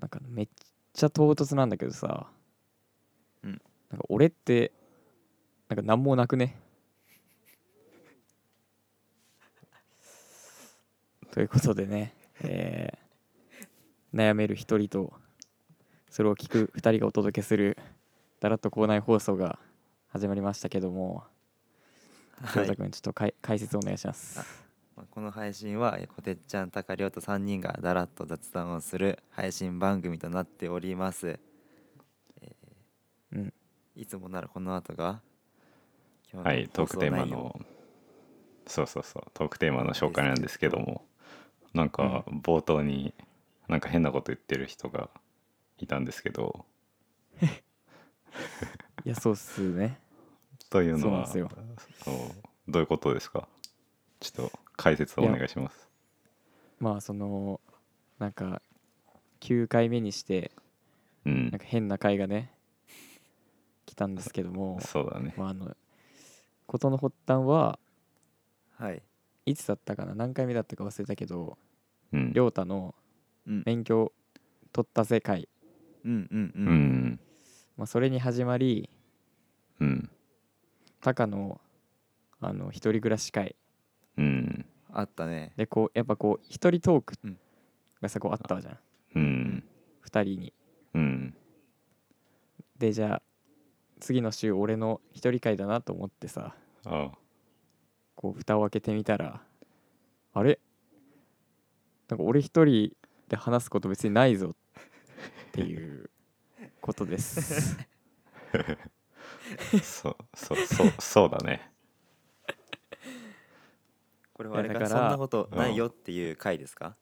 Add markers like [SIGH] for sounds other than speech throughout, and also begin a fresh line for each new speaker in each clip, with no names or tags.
なんかめっちゃ唐突なんだけどさ、
うん、
なんか俺ってなんか何もなく [LAUGHS] ねということでね、えー悩める一人とそれを聞く二人がお届けするだらっと校内放送が始まりましたけども
は
翔
い
太君ちょっとかい解説お願いします。
まあこの配信はえこてっちゃんたかりょうと3人がだらっと雑談をする配信番組となっております、え
う
ー
ん
いつもならこの後が今日の
はい、トークテーマ
放送内容
の、そうそうそう、トークテーマの紹介なんですけども、なんか冒頭に、なんか変なこと言ってる人がいたんですけど、
いやそうっすね
というのは、
そうなんで
そうどういうことですかちょっと解説をお願いします。
まあそのなんか9回目にして
うん
なん、か変な回がね来たんですけども、
そうだね。
まあ、あの事の発端は
はい
いつだったかな何回目だったか忘れたけど
うん、
亮太の
うん
免許取った世界、
うんうんう、
うんん、
まあ、それに始まり
うん、
タカのあの一人暮らし会
うん、
あったね
でこうやっぱこう一人トーク
うん
がさこうあったじゃん
うん、
2人に
うん、
でじゃあ次の週俺の一人会だなと思ってさ
あ
こう蓋を開けてみたらあれなんか俺一人で話すこと別にないぞっていうことです
[LAUGHS] あ、そう、そう、そう、そうだね。
これはあれ
いやだ
か
か
そ
ら
んなことないよっていう回ですか、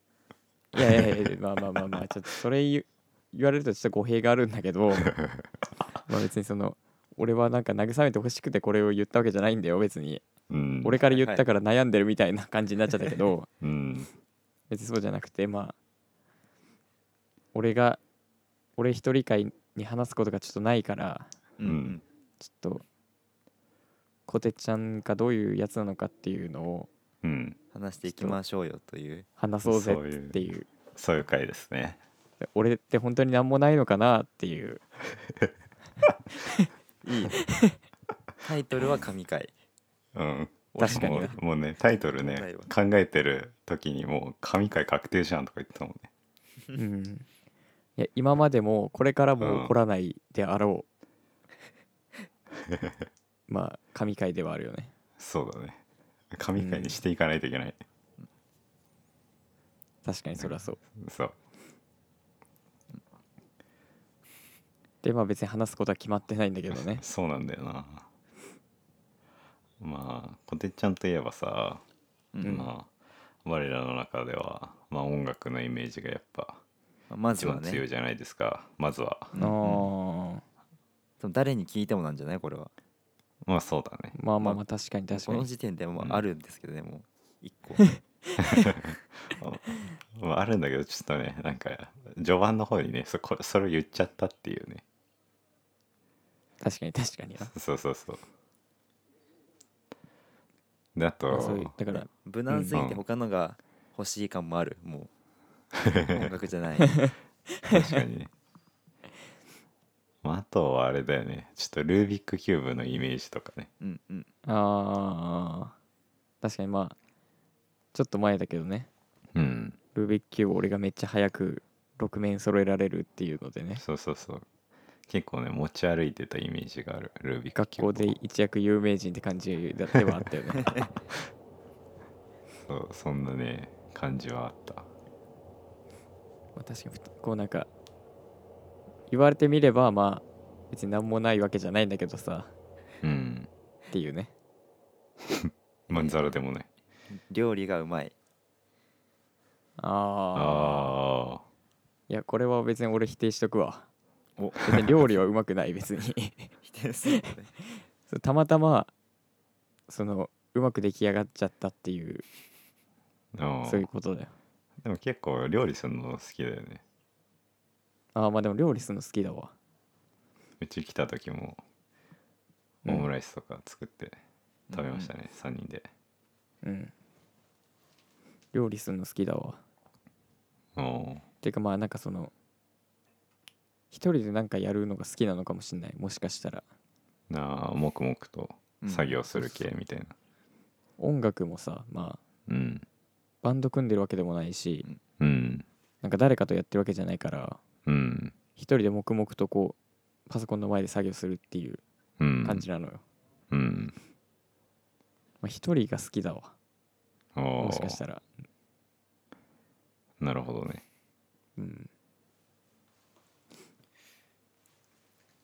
いやいやいやまあまあまあまあちょっとそれ言う言われるとちょっと語弊があるんだけ
[LAUGHS]
どまあ別にその俺はなんか慰めてほしくてこれを言ったわけじゃないんだよ別に
うん、
俺、から言ったから悩んでるみたいな感じになっちゃったけど
うん、
別にそうじゃなくてまあ俺が俺一人会に話すことがちょっとないから
ん
ちょっとこてちゃんがどういうやつなのかっていうのを
うん、
話していきましょうよという
話そうぜ
そういう
っていう
そういう回ですね。
俺って本当に何もないのかなっていう
いいねタイトルは神回
うん、
確かに
俺ももうねタイトル
な
ね
いわ
考えてる時にもう神回確定じゃんとか言ってたもんね
うんいや今までもこれからも起こらないであろうまあ神回ではあるよね
そうだね神回にしていかないといけない、
確かにそれはそう
そう
でまあ別に話すことは決まってないんだけどね
[LAUGHS] そうなんだよなまあこてっちゃんといえばさ、
うん
まあ我らの中では、まあ、音楽のイメージがやっぱ
まあまず
一
は
番強い
ね
じゃないですか、まずは
うん
あー
でも誰に聞いてもなんじゃないこれは
まあそうだね
まあまあまあ確かに確か
この
に
時点でもう
うん
あるんですけどね、もう一個
まああるんだけどちょっとねなんか序盤の方にねそこそれを言っちゃったっていうね
確かに確かにな
そうそうそう。であ
まあそうい
と
うだから
無難すぎ
う
て
ん
他のが欲しい感もあるもう音楽じゃない
確かにね、まあ、あとはあれだよねちょっとルービックキューブのイメージとかね
うんうん
あー確かにまあちょっと前だけどね
うん
ルービックキューブ俺がめっちゃ早く6面揃えられるっていうのでね
そうそうそう結構ね持ち歩いてたイメージがあるルービック
学
キュー
校
ブ
で一躍有名人って感じではあったよ
[LAUGHS]
ね
そうそんなね感じはあった
まあ確かにこうなんか言われてみればまあ別に何もないわけじゃないんだけどさ
うん
っていうね
まんざらでもね
料理がうまい
ああ
あ
いやこれは別に俺否定しとくわ
お
別に料理はうまくない別に [LAUGHS]
否定するのね
そうたまたまそのうまく出来上がっちゃったっていう
ーあ
そういう
ー
ことだよ
でも結構料理するの好きだよね
ああまあでも料理するの好きだわ
うち来た時も
う
オ
ん
ムライスとか作って食べましたね、3人で
うん料理するの好きだわ
おー
ていうかまあなんかその一人でなんかやるのが好きなのかもしれないもしかしたら
なあ黙々と
うん
作業する系みたいな
音楽もさまあ
うん
バンド組んでるわけでもないし
うん
なんか誰かとやってるわけじゃないから
うん
一人で黙々とこうパソコンの前で作業するっていう
うん
感じなのよ、
うん
まあ、一人が好きだわ
ああ
もしかしたら
なるほどね [LAUGHS]
うん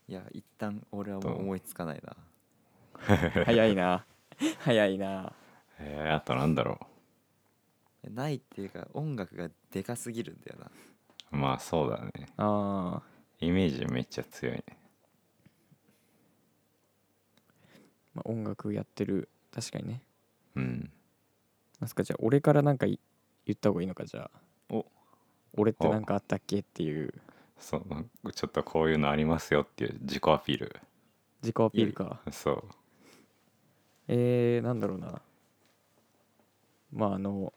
いや一旦俺はもう思いつかないな
早いな早いな
えー、あとなんだろ
ないっていうか音楽がでかすぎるんだよな
うまあそうだね
あー、
イメージめっちゃ強いね
まあ音楽やってる確かにね
うん
なんすかじゃあ俺からなんかい言った方がいいのかじゃあ
お
俺ってなんかあったっけっていう
そうちょっとこういうのありますよっていう自己アピール
自己アピールか
そう
えー、なんだろうなまああの、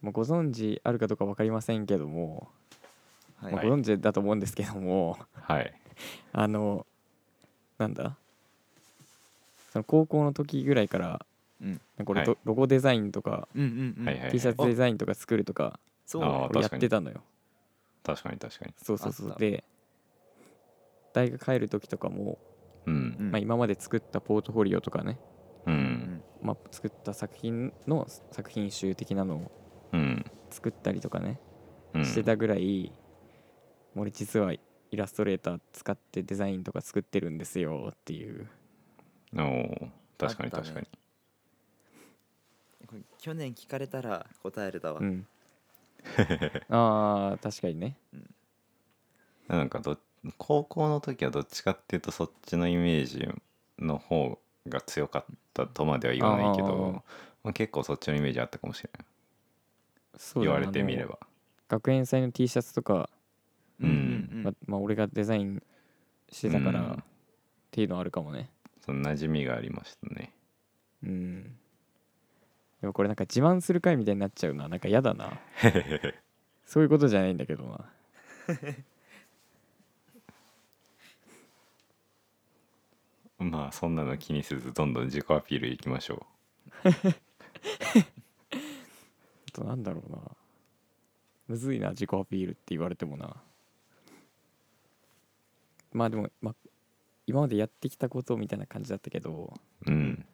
まあ、ご存知あるかどうか分かりませんけども、
はい、
まあ、ご存知だと思うんですけども、
はい
あのなんだその高校の時ぐらいから
うん
なんか俺
はい
ロロゴデザインとか、
うんうんうん、
はいはいはい
T シャツデザインとか作るとか
そう
あ
ね
あ
俺や
確か
っ
に
てたのよ
確かに確かに
そうそうそ
あ
う
った
で大学入る時とかも、
う
うんん
まあ、今まで作ったポートフォリオとかね、
う
うんん
まあ、作った作品の作品集的なのを
うん
作ったりとかね
うん
してたぐらい、もう俺実はイラストレーター使ってデザインとか作ってるんですよっていう
おー確かに
あったね
確かに
これ去年聞かれたら答えるだわ、
うん
[LAUGHS]
あー確かにね
なんかど高校の時はどっちかっていうとそっちのイメージの方が強かったとまでは言わないけどまあ、結構そっちのイメージあったかもしれない
そう
言
だ
わ
ね
れてみ
あ
れ
の
ば
学園祭の T シャツとか、
うんうんうん
ままあ、俺がデザインしてたから、
うん
っていうのはあるかもね
その馴染みがありましたね
うんでもこれなんか自慢する会みたいになっちゃうななんか嫌だなそういうことじゃないんだけどな
まあそんなの気にせずどんどん自己アピールいきましょ
あとなんだろうなむずいな自己アピールって言われてもなまあでも、まあ、今までやってきたことみたいな感じだったけど
ううん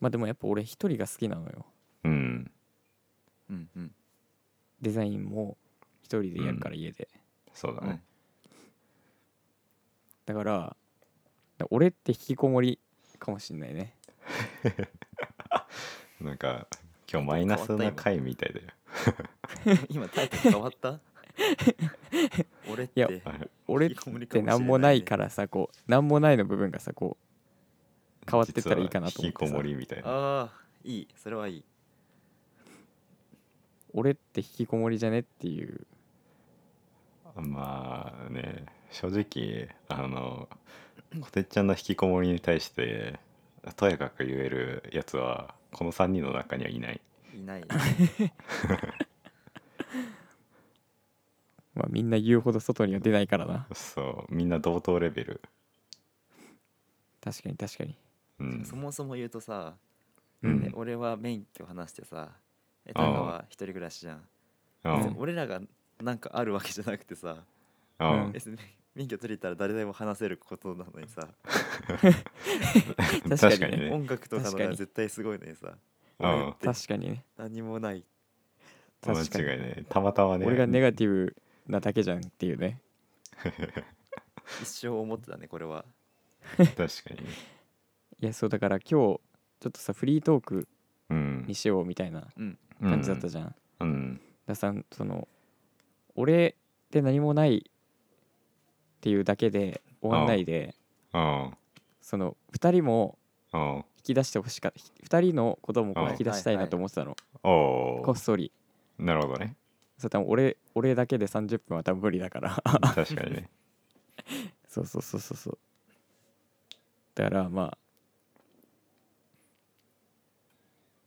まあでもやっぱ俺一人が好きなのよ
うん
うんうん
デザインも一人でやるから家で、
そうだね、
だからだから俺って引きこもりかもしんないね
なんか今日マイナスな回みたいだよ
今タイトル変わった俺っ
いや
て
あれ
俺っ
引きこもりか
て
もしれないね
何もないからさこう何もないの部分がさこう変わってったらいいかなと思って
実は引きこも
さ
りみたいな
ああいいそれはいい
俺って引きこもりじゃねっていう
まあね正直あのこてっちゃんの引きこもりに対してとやかく言えるやつはこの3人の中にはいない
いない
まあ、みんな言うほど外には出ないからな
そうみんな同等レベル
確かに確か
[LAUGHS]
に
うん
そもそも言うとさ、
う
え
ん
俺は免許話してさえ
あ
タ
あ
カは一人暮らしじゃん
う
別に
ん
俺らがなんかあるわけじゃなくてさ
うん
うん
別に免許取れたら誰でも話せることなのにさ
に
確かにね
音楽とかの
確か
が
に
絶対すごいのにさ
うん
俺って
確かにね
何もない
間
確かに
違いねたまたまね
俺がネガティブなだけじゃんっていうね
一生思ってたねこれは
確かにね
いやそうだから今日ちょっとさフリートーク
うん
にしようみたいな
うん
感じだったじゃん、だか
うん
らさその俺って何もないっていうだけで終わんないで
うん
その2人も
うん
引き出してほしかった2人のこともこう
うん
引き出したいなと思ってたの、
お
こ
お
っそり
なるほどね
そう多分俺俺だけで30分は多分無理だから
確かにね
[LAUGHS] そうそうそうそうそうだからまあ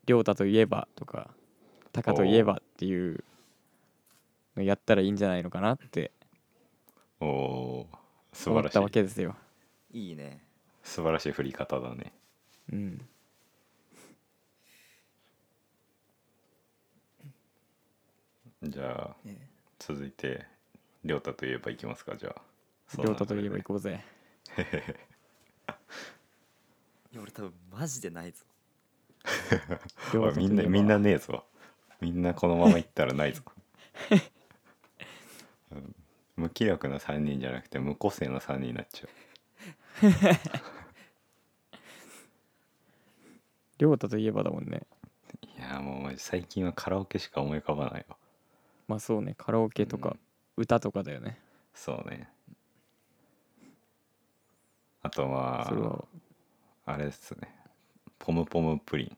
亮太といえばとかタカといえばっていうやったらいいんじゃないのかなって
おおー
[LAUGHS]
素
思
晴
っ
らした
わ
い
けですよ。
いいね
素晴らしい振り方だね
うん、
じゃあ
ね
続いて亮太といえばいきますかじゃあそう
亮
なんだ
太といえば行こうぜ。
いや俺多分マジでないぞ
亮
[LAUGHS] おい
太といえ
みんな
ば
みんなねえぞみんなこのままいったらな
[LAUGHS]
いぞ、うん無気力な3人じゃなくて無個性の3人になっちゃ
亮太といえばだもんね。
ういやーもうマジ最近はカラオケしか思い浮かばないわ
まあそうねカラオケと
う
か
ん
歌とかだよね。
そうねあと
それは
はあれですねポムポムプリ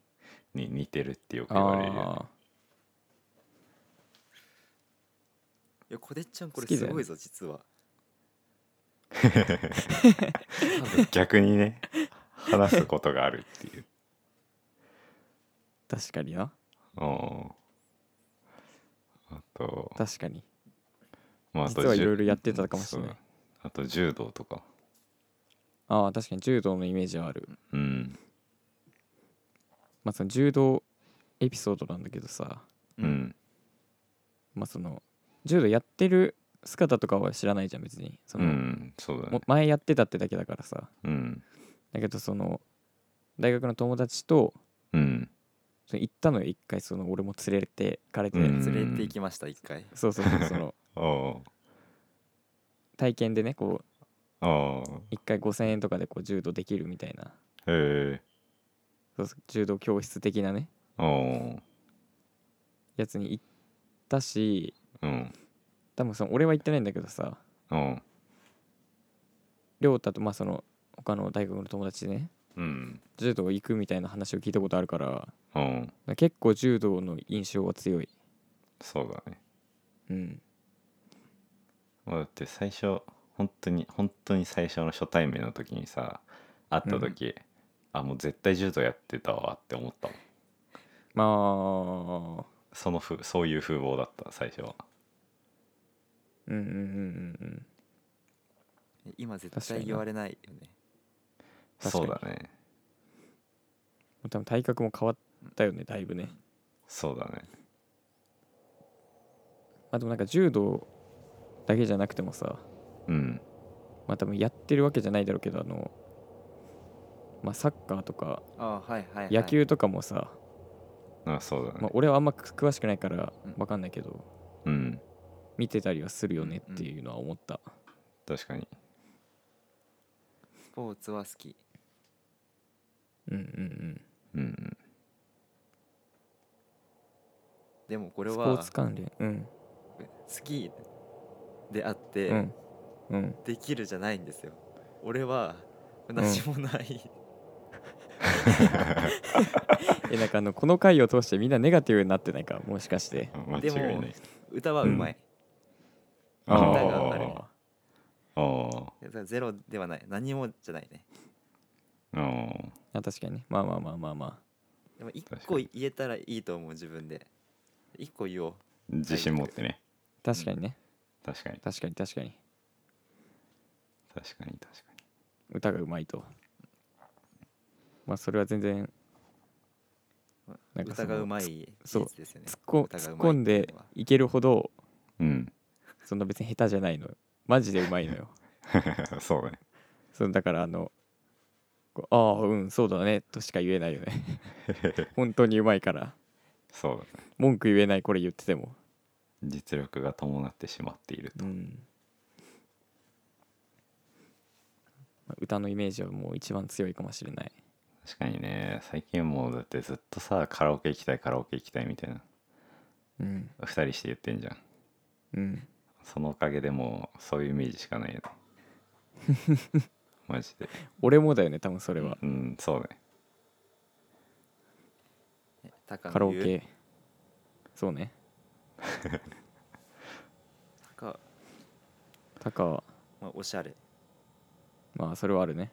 ンに似てるってよく言われるよね
あ
いやこでっちゃんこれ
好き
す
だよね
ごいぞ実は
逆にね話すことがあるっていう
ー確かにな
うんあと
確かに
まああと
実はい
じゅ
ろいろやってたかもしれな
そ。
いう
あと柔道とか
ああ確かに柔道のイメージはある。
うん
まあその柔道エピソードなんだけどさ
うん、
まあその柔道やってる姿とかは知らないじゃん別にそ
うん
の、
そうだね
も前やってたってだけだからさ
うん
だけどその大学の友達と
うん
その行ったのよ一回その俺も連れてかれて、
うん
連れて行きました一回
そうそうそうその [LAUGHS]
あ
体験でねこう
あああ
一回5,000円とかでこう柔道できるみたいな
へえ
そうそう柔道教室的なね
ああ
やつに行ったし
うん
多分その俺は行ってないんだけどさ
うん
亮太とまあその他の大学の友達でね
うん
柔道行くみたいな話を聞いたことあるから
うん
結構柔道の印象は強い
そうだね
うん
まあだって最初本当に本当に最初の初対面の時にさ会った時、あもう絶対柔道やってたわって思ったも
ま
ん
あ
そのふそういう風貌だった最初は
うんうんうんうんうん
今絶
確かに
対
な
言われないよね
確か
そ
に
うだね
多分体格も変わったよねだいぶね
そうだね
まあでもなんか柔道だけじゃなくてもさ
うん
まあ多分やってるわけじゃないだろうけどあのまあサッカーとか
ああはいはい、はい、
野球とかもさ、
あそうだね、
まあ、俺はあんま詳しくないから
うん
わかんないけど
うん
見てたりはするよねっていうのは思った
確かに
スポーツは好き
うんうん
うん
でもこ
う
れ
んスポー
は
ツ関連うん
好きであって、
うんうん
できるじゃないんですよ俺は何もない、 [LAUGHS]
えなんかあのこの回を通してみんなネガティブになってないかもしかして
間
で
違い
も
ない
歌はうまい、
あ
ー歌がある
ああ
だからゼロではない何もじゃないね
あ
あ確かにねまあまあまあまあま
でも一
確か
個
に
言えたらいいと思う自分で一個言おう
自信持ってね
あ確かにね、
確かに
確かに確かに
確かに確かに
歌がうまいとまあそれは全然なんかその
歌がうまい
そ
事
う
実ですよね
突っこ
歌
突
が
っ
うまい
込ん
っていう
で
のはい
けるほど
うん [LAUGHS]
そんな別に下手じゃないのよマジでうまいのよ
そうね
そのだからあのこうああうんそうだねとしか言えないよ
[LAUGHS]
ね本当にうまいから
そうだね
文句言えないこれ言ってても
実力が伴ってしまっていると
うんまあ歌のイメージはもう一番強いかもしれない
確かにね最近もうだってずっとさカラオケ行きたいカラオケ行きたいみたいな
うん
二人して言ってんじゃん
うん
そのおかげでもうそういうイメージしかないよね
[LAUGHS]
マジで
俺もだよね多分それは
うんそうね
高野
カラオ
言う
ケそうね
高
タカは
まあ、おしゃれ
まあそれはあるね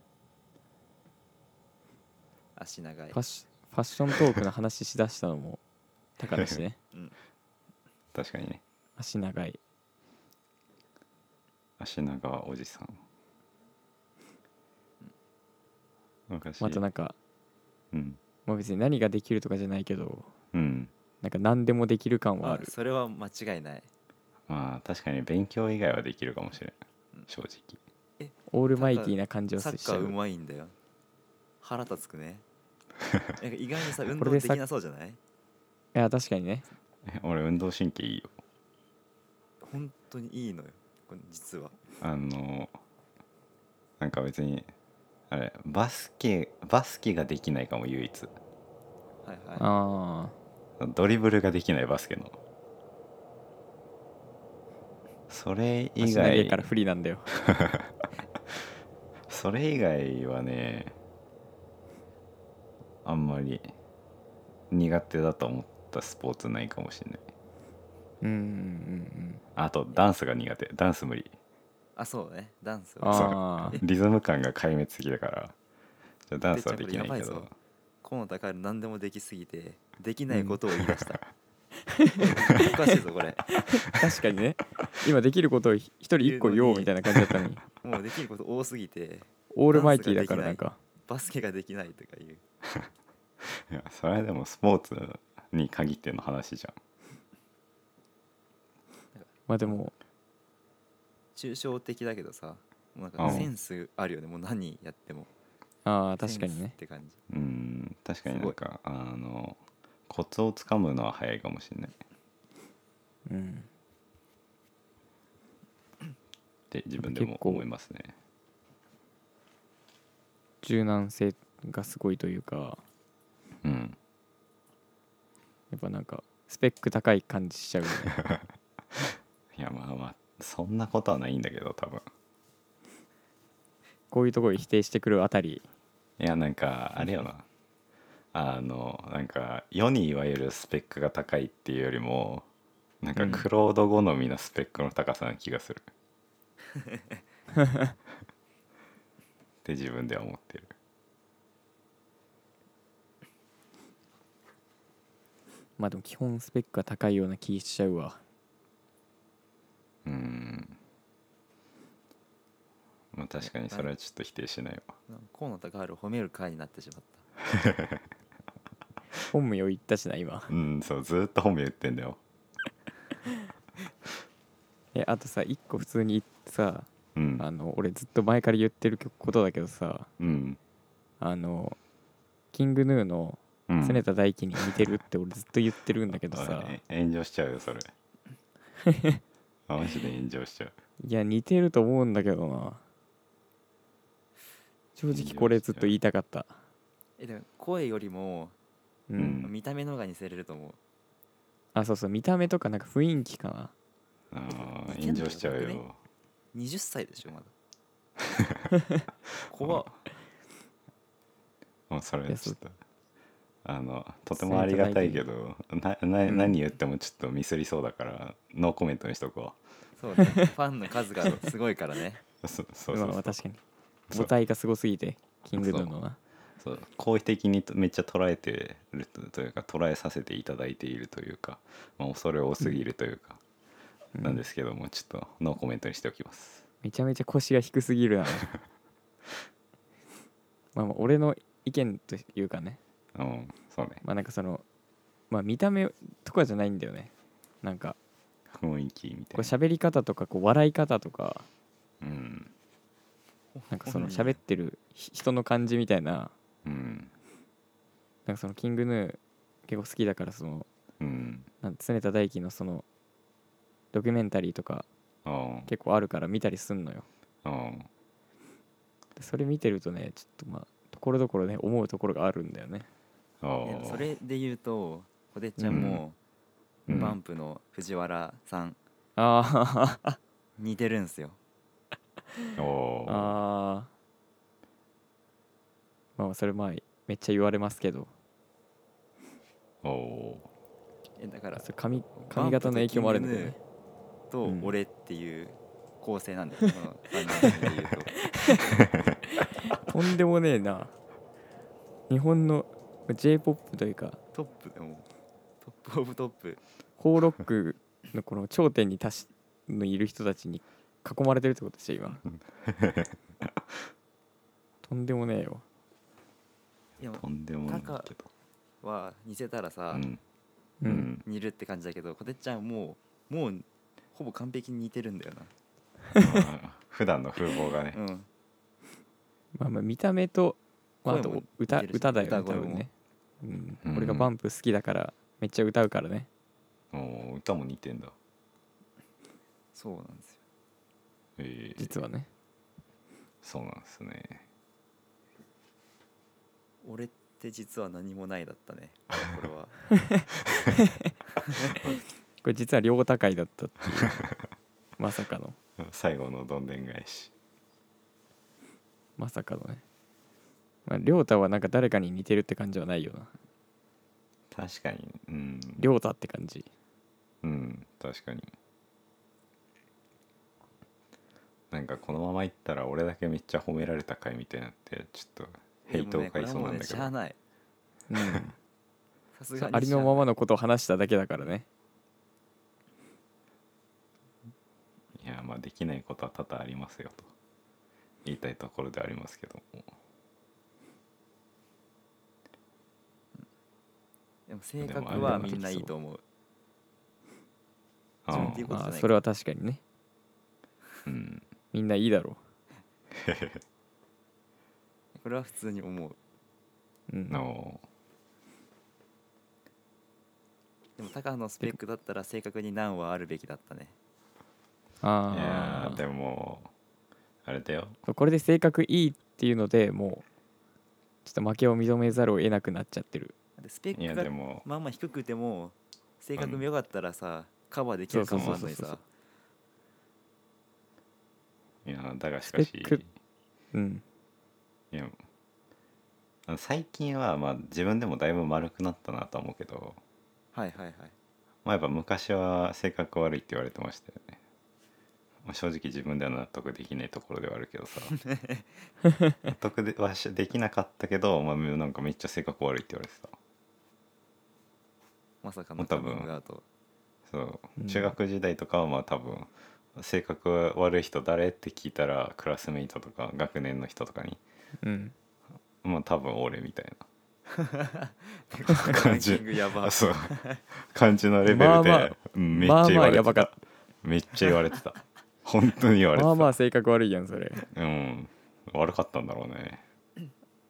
足長い
ファッシフ
[LAUGHS]
ァッショントークの話しだしたのもタカだしね
確かにね
足長い
足長おじさん昔、
またなんか
うん
まあ別に何ができるとかじゃないけど
うん
なんか何でもできる感はあ
あ
る
それは間違いない
まあ確かに勉強以外はできるかもしれない正直 [LAUGHS]
オールマイティーな感じを
サ
し
ッ
ち
カ
ゃ
ーう
う
まいんだよ腹立つく
[LAUGHS]
ねなんか意外にさ運
これ
動
で
で
サ
き
ッ
なそうじゃない
いや確かにね
え俺運動神経いいよ
本当にいいのよこれ実は
あのなんか別にあれバスケバスケができないかも唯一
はいは
あ
ドリブルができないバスケのそれ
あ
以
足長い
外
から不利なんだよ
それ以外はねあんまり苦手だと思ったスポーツないかもしれない
うんうんうん
あとダンスが苦手ダンス無理
あそうねダンス
うん
は
ああ
リズム感が壊滅的だからじゃあダンスはできな
て
い
っ
け
ちゃんこれやば
ど
いぞ河野高る何でもできすぎてできないことを言い出した、 [LAUGHS] おかしいぞこれ
確かにね今できることを一人一個言おうみたいな感じだった [LAUGHS] のに
もうできること多すぎて
オールマイティーだからなんか
バスケができないとかいう
いやそれでもスポーツに限っての話じゃん
まあでも
抽象的だけどさもうなん
う
か
ん
センスあるよねもう何やっても
ああ確かに
センス
ね
って感じ
うん確かに
す
な
ご
ん
い
かあのコツをつかむのは早いかもしれないっ
うん
て自分でも
結構
思いますね
柔軟性がすごいというか
うん
やっぱなんかスペック高い感じしちゃうよね [LAUGHS]
いやまあまあそんなことはないんだけど多分
こういうところに否定してくるあたり
いやなんかあれよなあのなんか世にいわゆるスペックが高いっていうよりもなんか
うん
クロード好みのスペックの高さな気がする、って自分では思ってる
まあでも基本スペックが高いような気しちゃうわ
うんまあ確かにそれはちょっと否定しないわ
なんか河野高春を褒める回になってしまった
本名言ったしな今
うんそうずーっと本名言ってんだよ
えあとさ一個普通にさ
うん
あの俺ずっと前から言ってることだけどさ
うん
あのキングヌーの
うん
常田大輝に似てるって俺ずっと言ってるんだけどさ
あえ炎上しちゃう
[LAUGHS]
よそれあマジで炎上しちゃう
いや似てると思うんだけどな正直これずっと言いたかった
えでも声よりも
う
うんん
見た目の方が似せれると思う
あそうそう見た目とかなんか雰囲気かな
ああ
いけん
炎
の
上しちゃう
逆
よ
20歳で
[LAUGHS]
しょまだ怖っ
もうそ
い
れ
や
ち
そ
ょ
う
っとあのとてもありがたいけどなな
うん
何言ってもちょっとミスりそうだからノーコメントにしとこ
そうねファンの数がすごいからね
うそそう
ま
そ
あまあ
う
確かに
そ
母
う
体がすごすぎてキングヌーのな
そう好意的にとめっちゃ捉えてるとというか捉えさせていただいているというか、まあ、恐れ多すぎるというか、
うん
なんですけどもちょっとノーコメントにしておきます
めちゃめちゃ腰が低すぎ
[LAUGHS]
るなまあまあ俺の意見というかね
うんそうね
まあなんかそのまあ見た目とかじゃないんだよねなんか
雰囲気み
こう
たいな
喋り方とかこう笑い方とか
うん
なんかその
本人
喋ってるひ人の感じみたいな
うん
なんかそのキングヌー結構好きだからその
うん
なん常田大輝のそのドキュメンタリーとか
あ
結構あるから見たりすんのよ
あうん
でそれ見てるとねちょっとまあところどころね思うところがあるんだよね
あ
いや
あ
それで言うとこでちゃんも、
うん
バンプの藤原さん
あー
似てるんすよ
おー
あーまあそれまあめっちゃ言われますけど
お
えだから
それ髪髪型の影響もあるんだよ
バン
ね
プと
うん
俺っていう構成なんだよ、この3人で言う
[LAUGHS]
と [LAUGHS]
とんでもねえな日本の j p o p というか
トップでもトップオブトップ
ホーロックのこの頂点に達しのいる人たちに囲まれてるってことでしょ今とんでもねえよ
いや
とんでもないけど
は似せたらさ、
うん
う
うん
[LAUGHS]
ん
似るって感じだけどこてっちゃんはもうもうほぼ完璧に似てるんだよ
まあ普段の風貌がね
な、うん、
まあまあ見た目と、まあ、あ
声も
と歌
似てるし
歌だよね
歌
多
声も
分ね、うん
うん
俺がバンプ好きだからめっちゃ歌うからね
おー歌も似てんだ
そうなんですよ
ええ
実はね
そうなんですね
俺って実は何もないだったねこれは
これ実は両高いだったっていう [LAUGHS] まさかの
最後のどんでん返し
まさかのねまあ亮太はなんか誰かに似てるって感じはないよな
確かにうん
亮太って感じ
うん確かになんかこのままいったら俺だけめっちゃ褒められた回みたいになってちょっと [LAUGHS] ヘイトを買いそうなんだけ
でもねこれはもうねしゃあ
ど
ない
うん
さすが
[LAUGHS]
に
ありのままのことを話しただけだからね
いやまあできないことは多々ありますよと言いたいところではありますけども
でも性格はみんないいと思う
あ
自分で言う
ー
ことじゃ
まあ
ないから
それは確かにね
うん
みんないいだろ
これは普通に思う
う、うん、
の
でもタカのスペックだったら正確に何はあるべきだったね
いや
あ
ー
あ
でもあれだよ
これで性格いいっていうのでもうちょっと負けを認めざるを得なくなっちゃってる
でスペ
い
ッ
や
ク
で
が
も
まあまあ低くても性格も良かったらさカバーできるかもあんのに
そうそうそうそう
さ
いやだがしか
スペ
し
ックうん
いやあの最近はまあ自分でもだいぶ丸くなったなとは思うけど
はいはいはい
まあやっぱ昔は性格悪いって言われてましたよね、まあ、正直自分では納得できないところではあるけどさ納得ではしできなかったけど、まあ、なんかめっちゃ性格悪いって言われてた
まさか
も
の
う多
カ
分
ミングアウト
そううん中学時代とかはまあ多分性格悪い人誰って聞いたらクラスメイトとか学年の人とかに
うん
まあ多分俺みたいな
ランキングやば
あそう感じのレベルで、
まあまあ
うんめっち
ま
ゃ
あ
言
ま
わ
あ
れてた,、
やばかっ
めっちゃ言われてた本当に言われ
た
てた、
まあまあ性格悪いやんそれ
うん悪かったんだろうね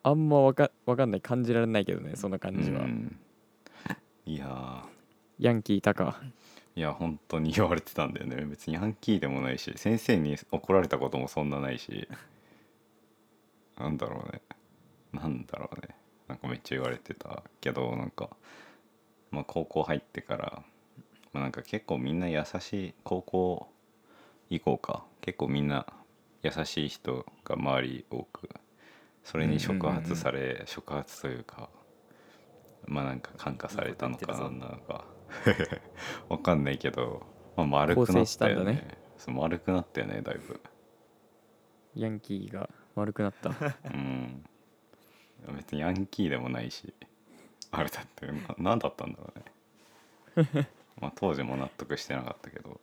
あんまわかわかんない感じられないけどねそんな感じは、
うんいやー
ヤンキータカ
いや本当に言われてたんだよね別にヤンキーでもないし先生に怒られたこともそんなないしなんだろうねなんだろうねなんかめっちゃ言われてたけどなんか、まあ、高校入ってから、まあ、なんか結構みんな優しい高校以降か結構みんな優しい人が周り多くそれに触発され、触発というかまあなんか感化されたのかなんなのか [LAUGHS] わかんないけど、まあ、丸くな
更生
っ
した
た
んだ
よね
ね
そう丸くなったよねだいぶ
ヤンキーが悪くなった
[LAUGHS] うん別にヤンキーでもないしあれだってな何だったんだろうね
[LAUGHS]
まあ当時も納得してなかったけど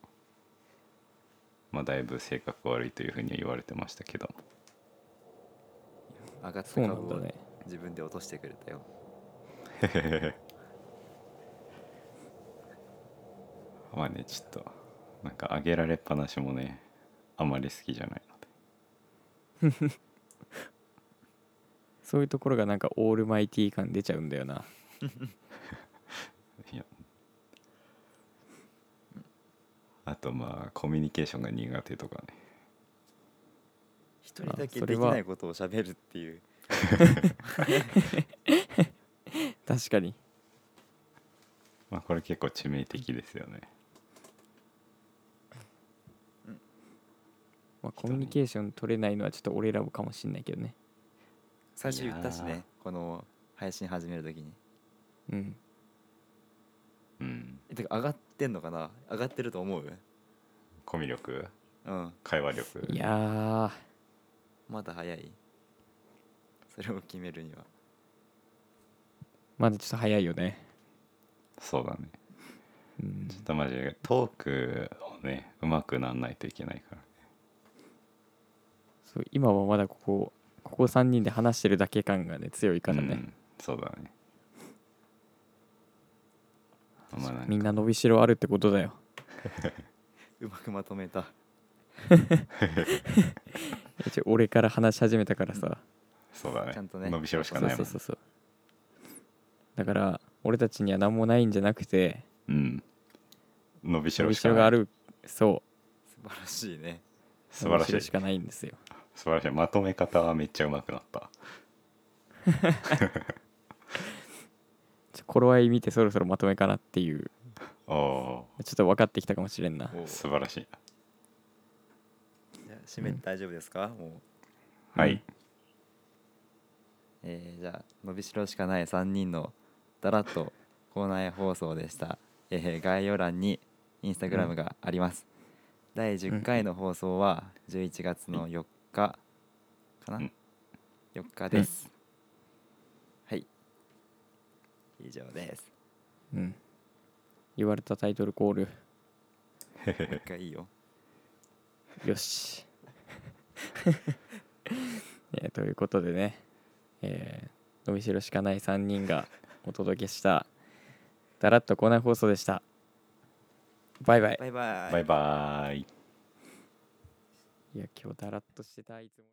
まあだいぶ性格悪いというふうには言われてましたけど
上がった
そう
株
なんだ
を
ね
自分で落としてくれたよ
まあねちょっとなんかあげられっぱなしもねあまり好きじゃないので
そういうところがなんかオールマイティー感出ちゃうんだよない
やあとまあコミュニケーションが苦手とかね
一人だけ
そ
で
れ
き
は
ないことをしゃべるっていう
確かに
まあこれ結構致命的ですよね
まあ、コミュニケーション取れないのはちょっと俺らもかもしんないけどね
最初言ったし
いや
ね
ー
この配信始めるときに
うん
うん
えてか上がってんのかな上がってると思う
コミュ力
うん
会話力
いやー
まだ早いそれを決めるには
まだちょっと早いよね
そうだね
うん
ちょっとマジでトークをねうまくなんないといけないから
そう今はまだここここ3人で話してるだけ感がね強いから
う
ね、
ん、そうだねまあなんか
みんな伸びしろあるってことだよ
うまくまとめた
一応俺から話し始めたからさ、
そうだね
ちゃんとね
伸びしろしか
そう
ない
そう
も
んそうそうだから俺たちには何もないんじゃなくて
うん伸びし
伸
ろ
び
し
し
か
ろが
な
あ
い
るそ
素晴らしいね
う
素晴らし
伸びろ
い
し
素
かないんですよ
晴らしいまとめ方はめっちゃうまくなった
ちょ頃合い見てそろそろまとめかなっていう
おお
ちょっと分かってきたかもしれんな
お
ー素晴らしい
じゃあ締めて大丈夫ですか、もう、
はい、
うん
えーじゃあ伸びしろしかない3人のだらっと校内放送でした、えー概要欄にインスタグラムがあります、第10回の放送は11月の4日かな、
うん
4日です、はい以上です
うん言われたタイトルコール
もう一回いいよ
よし [LAUGHS] えーということでね、えー、伸びしろしかない3人がお届けしただらっとコーナー放送でしたバイバイ
バイバイ
バイバーイ
いや今日だらっとしてたいつも